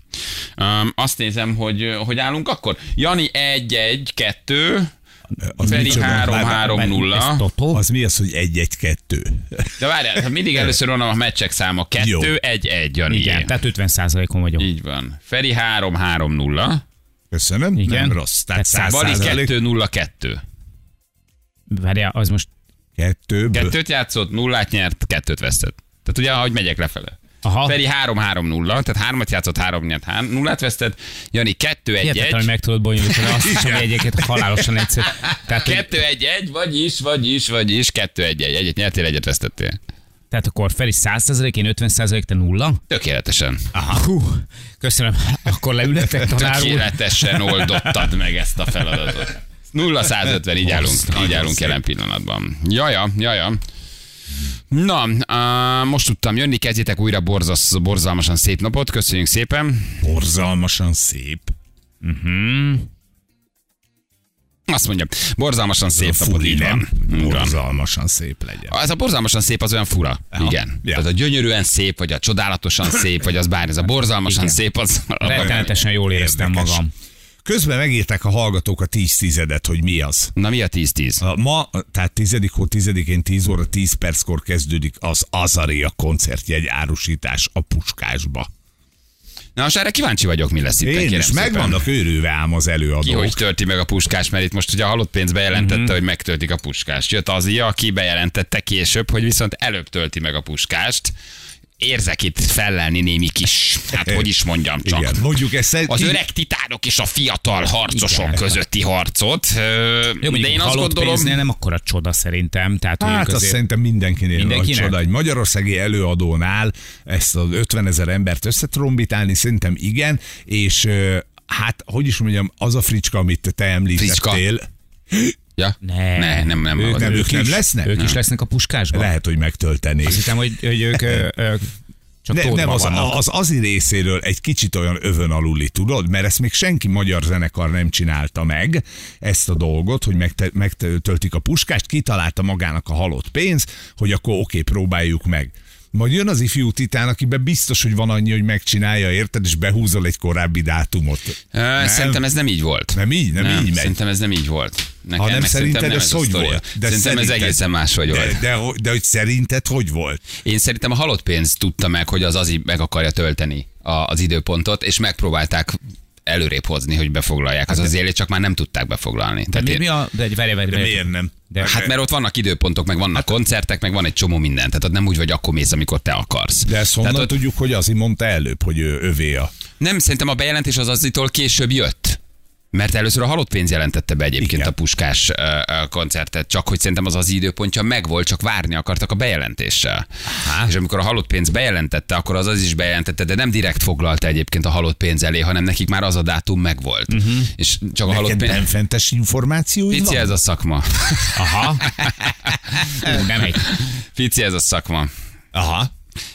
Speaker 2: Um, azt nézem, hogy hogy állunk akkor. Jani 1-1-2, Feri
Speaker 4: micsoda? Már-
Speaker 2: 3-3-0.
Speaker 3: Ez Totó?
Speaker 4: Ah, Az mi az, hogy egy-egy-kettő?
Speaker 2: De várjál, hát mindig először onnan a meccsek száma.
Speaker 4: Jó.
Speaker 2: 2-1-1, Jani.
Speaker 3: Igen, tehát 50%-on vagyok.
Speaker 2: Így van. Feri 3-3-0.
Speaker 4: Köszönöm,
Speaker 3: Igen.
Speaker 4: nem rossz. Tehát
Speaker 3: Tehát
Speaker 4: 100
Speaker 3: száz
Speaker 2: Bali
Speaker 4: százalék.
Speaker 2: 2-0-2.
Speaker 3: Várjál, az most...
Speaker 4: Kettőbb.
Speaker 2: Kettőt játszott, nullát nyert, kettőt vesztett. Tehát ugye, ahogy megyek lefele.
Speaker 3: Aha.
Speaker 2: Feri 3-3-0, tehát hármat játszott, három nyert, há- nullát vesztett. Jani
Speaker 3: Hihetetlen, hogy
Speaker 2: 2-1-1.
Speaker 3: meg tudod bonyolítani azt, ami egyébként halálosan egyszerű. Tehát, hogy-
Speaker 2: 2-1-1, vagyis, vagyis, vagyis, 2-1-1. Egyet nyertél, egyet vesztettél.
Speaker 3: tehát akkor Feri 100%, én 50%, te nulla.
Speaker 2: Tökéletesen.
Speaker 3: Aha. Hú, köszönöm. Akkor leületek, tanár úr.
Speaker 2: Tökéletesen oldottad meg ezt a feladatot. 0-150, így állunk, így állunk jelen pillanatban. Jaja, jaja. Na, á, most tudtam jönni, kezdjétek újra borzasz, borzalmasan szép napot, köszönjük szépen.
Speaker 4: Borzalmasan szép.
Speaker 2: Azt mondja, borzalmasan szép napot,
Speaker 4: Furi,
Speaker 2: így
Speaker 4: nem?
Speaker 2: van. Így van.
Speaker 4: Borzalmasan szép legyen.
Speaker 2: Ez a borzalmasan szép az olyan fura. Aha. Igen.
Speaker 4: Ja.
Speaker 2: Ja. Tehát a gyönyörűen szép, vagy a csodálatosan szép, vagy az bár ez a borzalmasan Igen. szép az.
Speaker 3: Rettenetesen jól éreztem
Speaker 4: Érdekes.
Speaker 3: magam.
Speaker 4: Közben megírták a hallgatók a 10 tizedet, hogy mi az.
Speaker 2: Na mi a 10-10?
Speaker 4: A Ma, tehát 10. hó 10-én 10 óra 10 perckor kezdődik az Azaria koncertjegy árusítás a Puskásba.
Speaker 2: Na most erre kíváncsi vagyok, mi lesz itt.
Speaker 4: Én
Speaker 2: kérem
Speaker 4: is
Speaker 2: szépen.
Speaker 4: megvannak őrülve ám az
Speaker 2: Ki
Speaker 4: előadók.
Speaker 2: hogy tölti meg a puskás, mert itt most ugye a halott pénz bejelentette,
Speaker 4: Mhm.
Speaker 2: mm-hmm. hogy megtöltik a puskást. Jött az ilyen, aki bejelentette később, hogy viszont előbb tölti meg a puskást. Érzek itt fellelni némi kis, hát hogy is mondjam csak.
Speaker 4: Igen, mondjuk ezt
Speaker 2: Az öreg titánok és a fiatal harcosok Igen. közötti harcot. Ö,
Speaker 3: Jó,
Speaker 2: de én azt gondolom,
Speaker 3: pénznél nem akkora csoda szerintem. Tehát
Speaker 4: Hát
Speaker 3: mondjuk
Speaker 4: azt
Speaker 3: azért-
Speaker 4: szerintem mindenkinél mindenkinek?
Speaker 3: Mindenkinek?
Speaker 4: nagy csoda. Egy magyarországi előadónál ezt az 50 ezer embert összetrombitálni, szerintem igen, és ö, hát, hogy is mondjam, az a fricska, amit te említettél,
Speaker 2: Ja?
Speaker 3: Ne.
Speaker 2: ne, nem, nem.
Speaker 4: Ők
Speaker 2: az-
Speaker 4: nem,
Speaker 2: ők
Speaker 4: ők nem
Speaker 2: is.
Speaker 4: lesznek?
Speaker 3: Ők
Speaker 4: Nem.
Speaker 3: is lesznek a puskásban?
Speaker 4: lehet, hogy megtöltenék.
Speaker 3: Azt hittem, hogy, hogy ők ö, ö, csak
Speaker 4: Ne,
Speaker 3: ne,
Speaker 4: nem, az,
Speaker 3: vannak.
Speaker 4: az azi részéről egy kicsit olyan övön aluli, tudod? Mert ezt még senki magyar zenekar nem csinálta meg, ezt a dolgot, hogy megte, megtöltik a puskást, kitalálta magának a halott pénz, hogy akkor oké, próbáljuk meg. Majd jön az ifjú titán, akiben biztos, hogy van annyi, hogy megcsinálja, érted, és behúzol egy korábbi dátumot.
Speaker 2: Ö, Szerintem ez nem így volt.
Speaker 4: Nem így, nem, így megy.
Speaker 2: Szerintem ez nem így volt. Nekem,
Speaker 4: Ha nem
Speaker 2: meg szerintem
Speaker 4: szerinted,
Speaker 2: nem
Speaker 4: ez
Speaker 2: a
Speaker 4: hogy
Speaker 2: sztoria.
Speaker 4: volt?
Speaker 2: Szerintem ez
Speaker 4: szerinted-
Speaker 2: egészen máshogy volt.
Speaker 4: De, de, hogy- de hogy szerinted hogy volt?
Speaker 2: Én szerintem a halott pénz tudta meg, hogy az azi meg akarja tölteni a, az időpontot, és megpróbálták előrébb hozni, hogy befoglalják
Speaker 4: Hát
Speaker 2: az az élét, csak már nem tudták befoglalni.
Speaker 3: De
Speaker 2: Tehát
Speaker 3: mi, mi
Speaker 2: én,
Speaker 3: a... De egy várj, várj,
Speaker 4: De
Speaker 3: várj.
Speaker 4: miért nem?
Speaker 3: De-
Speaker 2: hát mert ott vannak időpontok, meg
Speaker 4: Hát-
Speaker 2: vannak koncertek, meg van egy csomó minden. Tehát ott nem úgy vagy, akkor mész, amikor te akarsz.
Speaker 4: De ezt honnan
Speaker 2: Tehát ott-
Speaker 4: tudjuk, hogy Azi mondta előbb, hogy ő övé a...
Speaker 2: Nem, szerintem a bejelentés az azitól később jött. Mert először a halott pénz jelentette be egyébként
Speaker 4: Igen.
Speaker 2: Igen. a puskás ö, ö, koncertet, csak hogy szerintem az az időpontja megvolt, csak várni akartak a bejelentéssel. Aha. És amikor a halott pénz bejelentette, akkor az az is bejelentette, de nem direkt foglalta egyébként a halott pénz elé, hanem nekik már az a dátum megvolt. Uh-huh. És csak a halott
Speaker 4: Neked
Speaker 2: pénz...
Speaker 4: benfentes információid
Speaker 2: Pici
Speaker 4: van?
Speaker 2: ez a szakma.
Speaker 3: Aha. Ú, nem egy.
Speaker 2: Pici ez a szakma.
Speaker 4: Aha.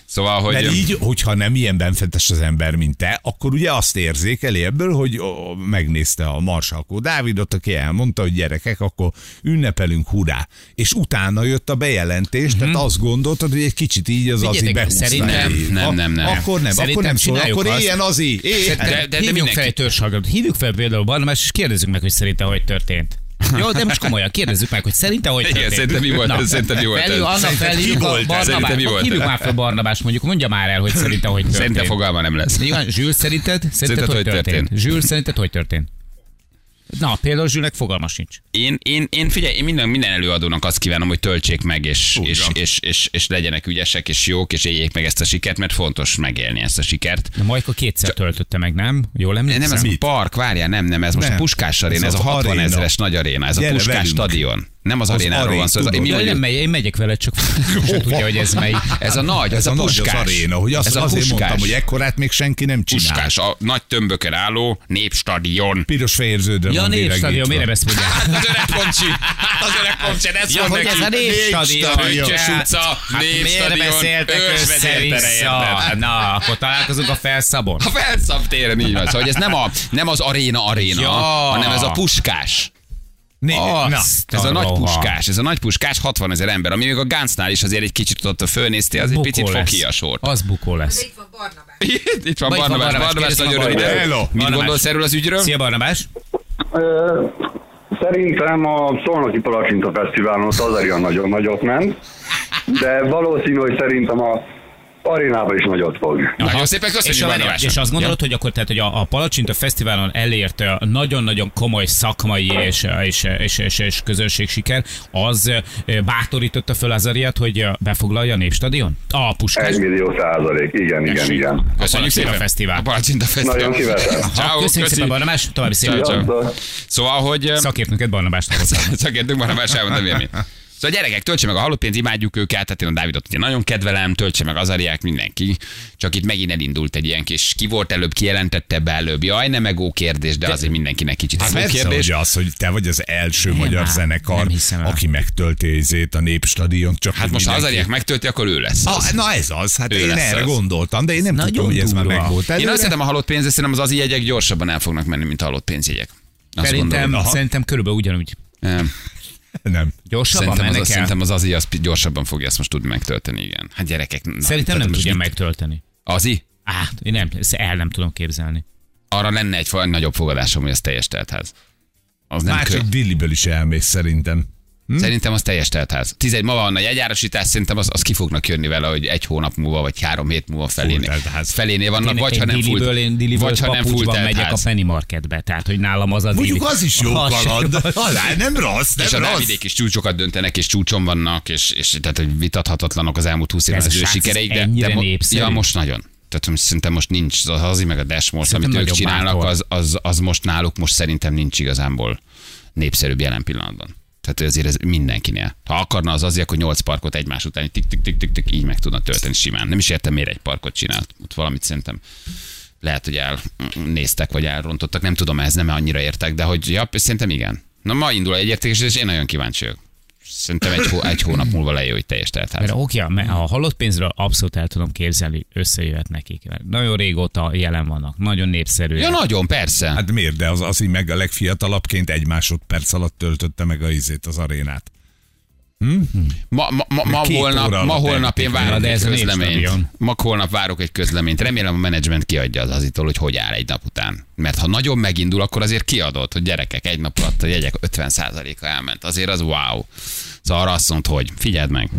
Speaker 2: Szóval, hogy...
Speaker 4: Mert így, hogyha nem ilyen benfentes az ember, mint te, akkor ugye azt érzékeli ebből, hogy ó, megnézte a Marsalkó Dávidot, aki elmondta, hogy gyerekek, akkor ünnepelünk, hurrá. És utána jött a bejelentés, tehát azt gondoltad, hogy egy kicsit így az
Speaker 3: Figyeljetek,
Speaker 4: Azi behúzta.
Speaker 3: szerintem-
Speaker 4: így.
Speaker 2: Mhm. Nem, nem, nem.
Speaker 4: Akkor nem,
Speaker 3: Szerintem
Speaker 4: akkor nem szól,
Speaker 3: csináljuk
Speaker 4: akkor
Speaker 3: azt.
Speaker 4: éljen Azi. Éljen.
Speaker 2: De- de- de
Speaker 3: Hívjunk
Speaker 2: mindenki-
Speaker 3: fel egy törzshallgatót. Hívjuk fel például Barnabás, és kérdezzük meg, hogy szerinte hogy történt. Jó, de most komolyan kérdezzük meg, hogy szerinte hogy
Speaker 2: Igen,
Speaker 3: történt.
Speaker 2: szerintem mi volt
Speaker 3: Na,
Speaker 2: ez, szerintem mi volt
Speaker 3: Felül,
Speaker 2: hát ez.
Speaker 3: Anna
Speaker 2: Szerinted
Speaker 3: felül,
Speaker 2: ki volt ez? Szerintem mi volt
Speaker 3: Hívjuk
Speaker 2: ez?
Speaker 3: már fel Barnabás, mondjuk, mondja már el, hogy szerinte hogy történt.
Speaker 2: Szerintem fogalma nem lesz.
Speaker 3: Igen, Zsül szerinted? Szerinted,
Speaker 2: Szerinted
Speaker 3: hogy,
Speaker 2: hogy
Speaker 3: történt?
Speaker 2: történt?
Speaker 3: Zsül szerinted hogy történt? Na, például Zsülnek fogalma sincs.
Speaker 2: Én, én, én figyelj, én minden, minden előadónak azt kívánom, hogy töltsék meg, és,
Speaker 4: Úgy
Speaker 2: és,
Speaker 4: van.
Speaker 2: és, és, és, legyenek ügyesek, és jók, és éljék meg ezt a sikert, mert fontos megélni ezt a sikert.
Speaker 3: De Majka kétszer töltötte meg, nem? Jól emlékszem?
Speaker 2: Nem, ez a park, várjál, nem, nem, ez most
Speaker 4: Nem.
Speaker 2: a Puskás aréna,
Speaker 4: Ez
Speaker 2: ez, ez a
Speaker 4: az
Speaker 2: 60
Speaker 4: aréna.
Speaker 2: ezeres nagy aréna, ez
Speaker 4: Gyere
Speaker 2: a Puskás
Speaker 4: velünk.
Speaker 2: stadion. Nem az,
Speaker 4: Az
Speaker 2: arénáról
Speaker 4: arén,
Speaker 2: van szó, ez,
Speaker 4: tudod.
Speaker 2: mi
Speaker 3: Jaj,
Speaker 2: vagyunk?
Speaker 3: nem megy, én megyek vele, csak sem tudja, hogy ez melyik.
Speaker 2: ez a nagy, ez,
Speaker 4: Ez a
Speaker 2: a
Speaker 4: nagy az
Speaker 2: Puskás.
Speaker 4: aréna, hogy azt,
Speaker 2: ez a
Speaker 4: azért
Speaker 2: Puskás.
Speaker 4: mondtam, hogy ekkorát még senki nem csinál.
Speaker 2: Puskás, a nagy tömböken álló népstadion.
Speaker 4: Piros fejérződre
Speaker 3: Ja,
Speaker 4: van
Speaker 3: népstadion,
Speaker 4: világítva.
Speaker 3: miért nem ezt mondják?
Speaker 2: Hát az öreg komcsi, hát az öreg komcsi, ez
Speaker 3: Ja,
Speaker 2: van
Speaker 3: hogy
Speaker 2: neki.
Speaker 3: ez a népstadion.
Speaker 2: Pöttyös
Speaker 3: Hát,
Speaker 2: utca,
Speaker 3: hát
Speaker 2: népstadion,
Speaker 3: Miért beszéltek
Speaker 2: ősvezértere,
Speaker 3: össze-vissza?
Speaker 2: érted? Hát,
Speaker 3: Na, akkor találkozunk a felszabon.
Speaker 2: A felszab téren így van. Szóval, hogy ez nem, a, nem az aréna aréna,
Speaker 3: Ja.
Speaker 2: ja. hanem ez a puskás.
Speaker 4: Né- Na,
Speaker 3: Azt
Speaker 2: ez a nagy
Speaker 3: rohadt.
Speaker 2: puskás, ez a nagy puskás 60 ezer ember, ami még a Gáncnál is azért egy kicsit ott a fölnéztél, az egy picit
Speaker 3: Bukó lesz.
Speaker 2: foki a sort.
Speaker 3: Az bukó lesz.
Speaker 6: Itt van Barnabás.
Speaker 2: Itt van
Speaker 3: Vagy van
Speaker 2: Barnabás,
Speaker 3: Barnabás,
Speaker 2: Barnabás
Speaker 3: kérdezem
Speaker 2: nagyon
Speaker 3: a
Speaker 2: röviden.
Speaker 3: Barnabás.
Speaker 4: Hello.
Speaker 2: Mit
Speaker 3: Barnabás.
Speaker 2: gondolsz erről az ügyről?
Speaker 3: Szia Barnabás!
Speaker 5: Ö, Szerintem a Szolnoki Palacsinta Fesztiválon ott az Arian nagyon nagyot ment, de valószínű, hogy szerintem a,
Speaker 7: arénába is nagyot fog.
Speaker 2: Nagyon szépen köszönjük,
Speaker 3: és, a,
Speaker 2: Barnabás.
Speaker 3: és azt gondolod, hogy akkor tehát, hogy a, a Palacsinta Fesztiválon elért ö, nagyon-nagyon komoly szakmai és, ö, és, ö, és, és, és közönség siker, az ö, bátorította föl Azariát, hogy ö, befoglalja a Népstadion? A Puskás.
Speaker 7: Egy millió százalék, igen, igen, igen.
Speaker 2: Köszönjük
Speaker 3: Palacsinta
Speaker 2: szépen.
Speaker 3: Fesztivál.
Speaker 2: A Palacsinta Fesztivál.
Speaker 7: Nagyon kiváló.
Speaker 2: Ciao,
Speaker 3: Ha, köszönjük szépen, Barnabás, további szép
Speaker 2: Ciao, ciao.
Speaker 7: Sziasztok.
Speaker 2: Szóval, hogy... ö,
Speaker 3: szakértőnket Barnabást hozzá.
Speaker 2: Szakértők Barnabás elmondta vélemény. Szóval gyerekek, töltse meg a halott pénzt, imádjuk őket, tehát én a Dávidot ugye nagyon kedvelem, töltse meg az ariák mindenki. Csak itt megint elindult egy ilyen kis, ki volt előbb, ki jelentette be előbb. Jaj, nem egó kérdés, de azért mindenkinek kicsit
Speaker 4: Hát
Speaker 2: egó
Speaker 4: persze,
Speaker 2: kérdés.
Speaker 4: hogy az, hogy te vagy az első
Speaker 3: Nem,
Speaker 4: magyar
Speaker 3: hát,
Speaker 4: zenekar,
Speaker 3: nem hiszem el.
Speaker 4: aki megtölti ezét a népstadion, csak
Speaker 2: Hát
Speaker 4: hogy
Speaker 2: most ha az
Speaker 4: mindenki-
Speaker 2: ariák megtölti, akkor ő lesz.
Speaker 4: Ah,
Speaker 2: Az.
Speaker 4: na ez az, hát
Speaker 2: Ő
Speaker 4: én
Speaker 2: lesz
Speaker 4: erre
Speaker 2: az.
Speaker 4: gondoltam, de én nem
Speaker 3: Nagyon
Speaker 4: tudtam, hogy ez már
Speaker 3: durva.
Speaker 4: megvolt
Speaker 2: Én
Speaker 4: előre.
Speaker 2: azt hiszem a halott pénz, de szerintem az az jegyek gyorsabban el fognak menni, mint a halott pénzjegyek. Azt
Speaker 3: Szerintem,
Speaker 2: gondolom.
Speaker 3: szerintem körülbelül ugyanúgy
Speaker 2: Nem.
Speaker 4: Nem.
Speaker 3: gyorsabban
Speaker 2: Szerintem az,
Speaker 3: mennek
Speaker 2: az,
Speaker 3: el.
Speaker 2: szerintem az Azi az pi- gyorsabban fogja ezt most tudni megtölteni, igen. Hát gyerekek. na,
Speaker 3: Szerintem
Speaker 2: tehát
Speaker 3: nem
Speaker 2: most
Speaker 3: tudja
Speaker 2: mit-
Speaker 3: megtölteni.
Speaker 2: Azi?
Speaker 3: Á, én nem, ezt el nem tudom képzelni.
Speaker 2: arra lenne egy fa- nagyobb fogadásom, hogy az teljes teltház. Az nem
Speaker 4: Már
Speaker 2: kö...
Speaker 4: csak Dilliből is elmész szerintem.
Speaker 3: hm?
Speaker 2: Szerintem az teljes teltház. Tizegy, ma van a jegyárosítás, szerintem az, az ki fognak jönni vele, hogy egy hónap múlva, vagy három hét múlva felénél,
Speaker 4: teltház.
Speaker 2: felénél vannak,
Speaker 3: Tényleg
Speaker 2: vagy
Speaker 3: egy
Speaker 2: ha nem
Speaker 3: diliből, én
Speaker 2: full,
Speaker 3: diliből
Speaker 2: vagy ha nem full
Speaker 3: papucsban megyek a
Speaker 2: teltház.
Speaker 3: Penny Marketbe, tehát hogy nálam az a dili.
Speaker 4: Mondjuk az is jó
Speaker 3: A
Speaker 4: kaland.
Speaker 3: sarkon.
Speaker 4: Alá, nem rossz, nem
Speaker 2: És a
Speaker 4: rossz.
Speaker 2: Dávidék is csúcsokat döntenek, és csúcson vannak, és, és tehát hogy vitathatatlanok az elmúlt 20 évben az
Speaker 3: Ez a
Speaker 2: ő
Speaker 3: srác, ez
Speaker 2: sikereik, de,
Speaker 3: ennyire
Speaker 2: de mo-
Speaker 3: népszerű?
Speaker 2: ja, most nagyon. Tehát hogy szerintem most nincs, az Hazi meg a Dashmort, amit
Speaker 3: Szerintem
Speaker 2: ők
Speaker 3: nagyobb
Speaker 2: csinálnak,
Speaker 3: bátor.
Speaker 2: az, az, az, most náluk most szerintem nincs igazából népszerűbb jelen pillanatban. Tehát hogy azért ez mindenkinél. Ha akarna az azért, hogy nyolc parkot egymás után így tik-tik-tik-tik így meg tudna tölteni simán. Nem is értem, miért egy parkot csinált. Ott valamit szerintem lehet, hogy elnéztek, vagy elrontottak, nem tudom, ez nem annyira értek, de hogy ja, szerintem igen. Na ma indul egy értékesítés, és én nagyon kíváncsi vagyok. Szerintem egy, hó, egy hónap múlva lejön, hogy teljes teltház.
Speaker 3: Mert oké, a- a halott pénzről abszolút el tudom képzelni, összejöhet nekik. Mert Nagyon régóta jelen vannak, nagyon népszerű.
Speaker 2: Ja, nagyon, persze. Hát,
Speaker 4: Hát miért, de az, az így meg a legfiatalabbként egy másodperc alatt töltötte meg a izét, az arénát.
Speaker 2: ma, ma, ma, ma,
Speaker 4: két óra
Speaker 2: holnap, ma
Speaker 4: alatt
Speaker 2: holnap én
Speaker 4: eljutik
Speaker 2: várok
Speaker 3: oda, de
Speaker 2: egy
Speaker 3: ez a
Speaker 2: közleményt.
Speaker 3: Népstadion.
Speaker 2: Ma holnap várok egy közleményt. Remélem a menedzsment kiadja az azitól, hogy hogy áll egy nap után. Mert ha nagyon megindul, akkor azért kiadott, hogy gyerekek, egy nap alatt a jegyek 50%-a elment. Azért az wow. Szóval arra azt mondta, hogy figyeld meg,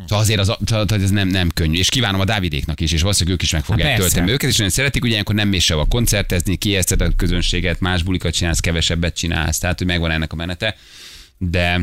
Speaker 2: Szóval azért az, tehát ez nem, nem könnyű. És kívánom a Dávidéknak is, és valószínűleg ők is meg fogják
Speaker 3: Há, persze.
Speaker 2: tölteni őket, és nagyon szeretik, ugye ilyenkor nem mész sehova koncertezni, kieszted a közönséget, más bulikat csinálsz, kevesebbet csinálsz, tehát hogy megvan ennek a menete. De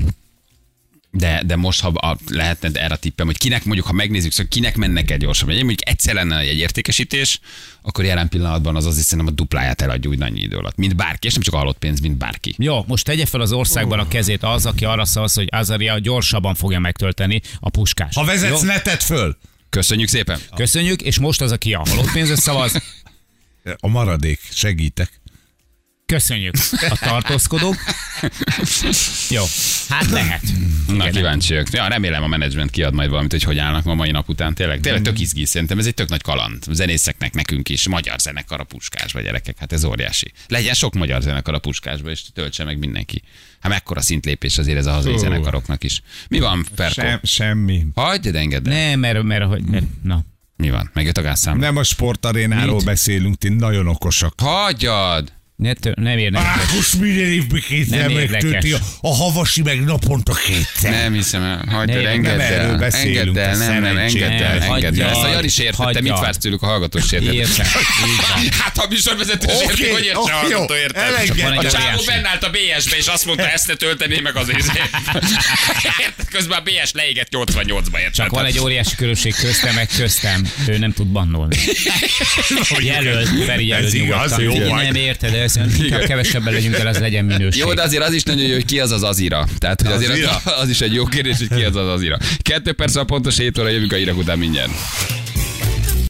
Speaker 2: de, de most, ha a, lehetne erre a tippem, hogy kinek mondjuk, ha megnézzük, szóval kinek mennek el gyorsabban. Ugye, mondjuk egyszer lenne egy értékesítés, akkor jelen pillanatban az azért szerintem a dupláját eladja úgy annyi idő alatt. Mint bárki, és nem csak a halott pénz, mint bárki.
Speaker 3: Jó, most tegye fel az országban a kezét az, aki arra szavaz, hogy Azaria gyorsabban fogja megtölteni a puskás.
Speaker 4: Ha vezetsz, ne tedd föl!
Speaker 2: Köszönjük szépen!
Speaker 3: Köszönjük, és most az, aki a halott pénzre szavaz,
Speaker 4: A maradék, segítek.
Speaker 3: köszönjük a tartózkodók. Jó, hát lehet.
Speaker 2: Na, kíváncsiak. Ja, remélem a menedzsment kiad majd valamit, hogy hogy állnak ma mai nap után. Tényleg, tényleg
Speaker 3: Mhm.
Speaker 2: tök izgi, szerintem ez egy tök nagy kaland. A Zenészeknek nekünk is, magyar zenekar a puskásba, gyerekek. Hát ez óriási. Legyen sok magyar zenekar a puskásba, és töltse meg mindenki. Hát mekkora szintlépés azért ez a hazai
Speaker 4: Hú.
Speaker 2: zenekaroknak is. Mi van, Ferko?
Speaker 4: Sem, semmi.
Speaker 2: Hagyjad, engedd el.
Speaker 3: Nem, mert, mert, hogy- mert, na.
Speaker 2: Mi van? Megjött a gázszámla.
Speaker 4: Nem a sportarénáról
Speaker 3: Mit?
Speaker 4: beszélünk, ti nagyon okosak.
Speaker 2: Hagyjad!
Speaker 3: Ne tör, nem érnek.
Speaker 4: Ákos minden évben kétszer
Speaker 3: Nem érdekes.
Speaker 4: megtölti, a- a havasi meg naponta kétszer.
Speaker 2: Nem hiszem el. Hagyd
Speaker 3: Ne,
Speaker 2: el,
Speaker 3: nem
Speaker 2: engedd
Speaker 4: erről
Speaker 2: el.
Speaker 4: beszélünk,
Speaker 2: Engedd el,
Speaker 4: te
Speaker 2: nem, nem,
Speaker 4: szerencsétlen.
Speaker 2: engedd el, engedd el.
Speaker 3: Hagyjad,
Speaker 2: Ezt a Jani is értette, mit
Speaker 3: hagyjad.
Speaker 2: vársz tőlük a hallgató sértett?
Speaker 3: Értem. Így van.
Speaker 2: Hát ha a műsorvezető
Speaker 4: Oké,
Speaker 2: okay, érti, hogy értse
Speaker 4: oké,
Speaker 2: okay, hallgató,
Speaker 4: jó,
Speaker 2: érted?
Speaker 4: elengedem.
Speaker 3: Csak van egy
Speaker 2: a csávó
Speaker 3: óriási.
Speaker 2: benne állt a BS-be, és azt mondta, ezt ne tölteném meg az izét. Érted? Közben a BS leégett 88-ba, érted?
Speaker 3: Csak van egy óriási különbség köztem, meg köztem. Ő nem tud bannolni. Jelölt, Feri jelölt
Speaker 4: Ez igaz,
Speaker 3: nyugodtan.
Speaker 4: jó
Speaker 3: Én
Speaker 4: vagy.
Speaker 3: Nem érted, de ezt inkább kevesebben legyünk el, az legyen minőség.
Speaker 2: Jó, de azért az is nagyon jó, hogy ki az az azira. Tehát, hogy azért az,
Speaker 4: Azira?
Speaker 2: az is egy jó kérdés, hogy ki az az azira. Kettő perc a pontos 7 óra jövünk a hírek után mindjárt.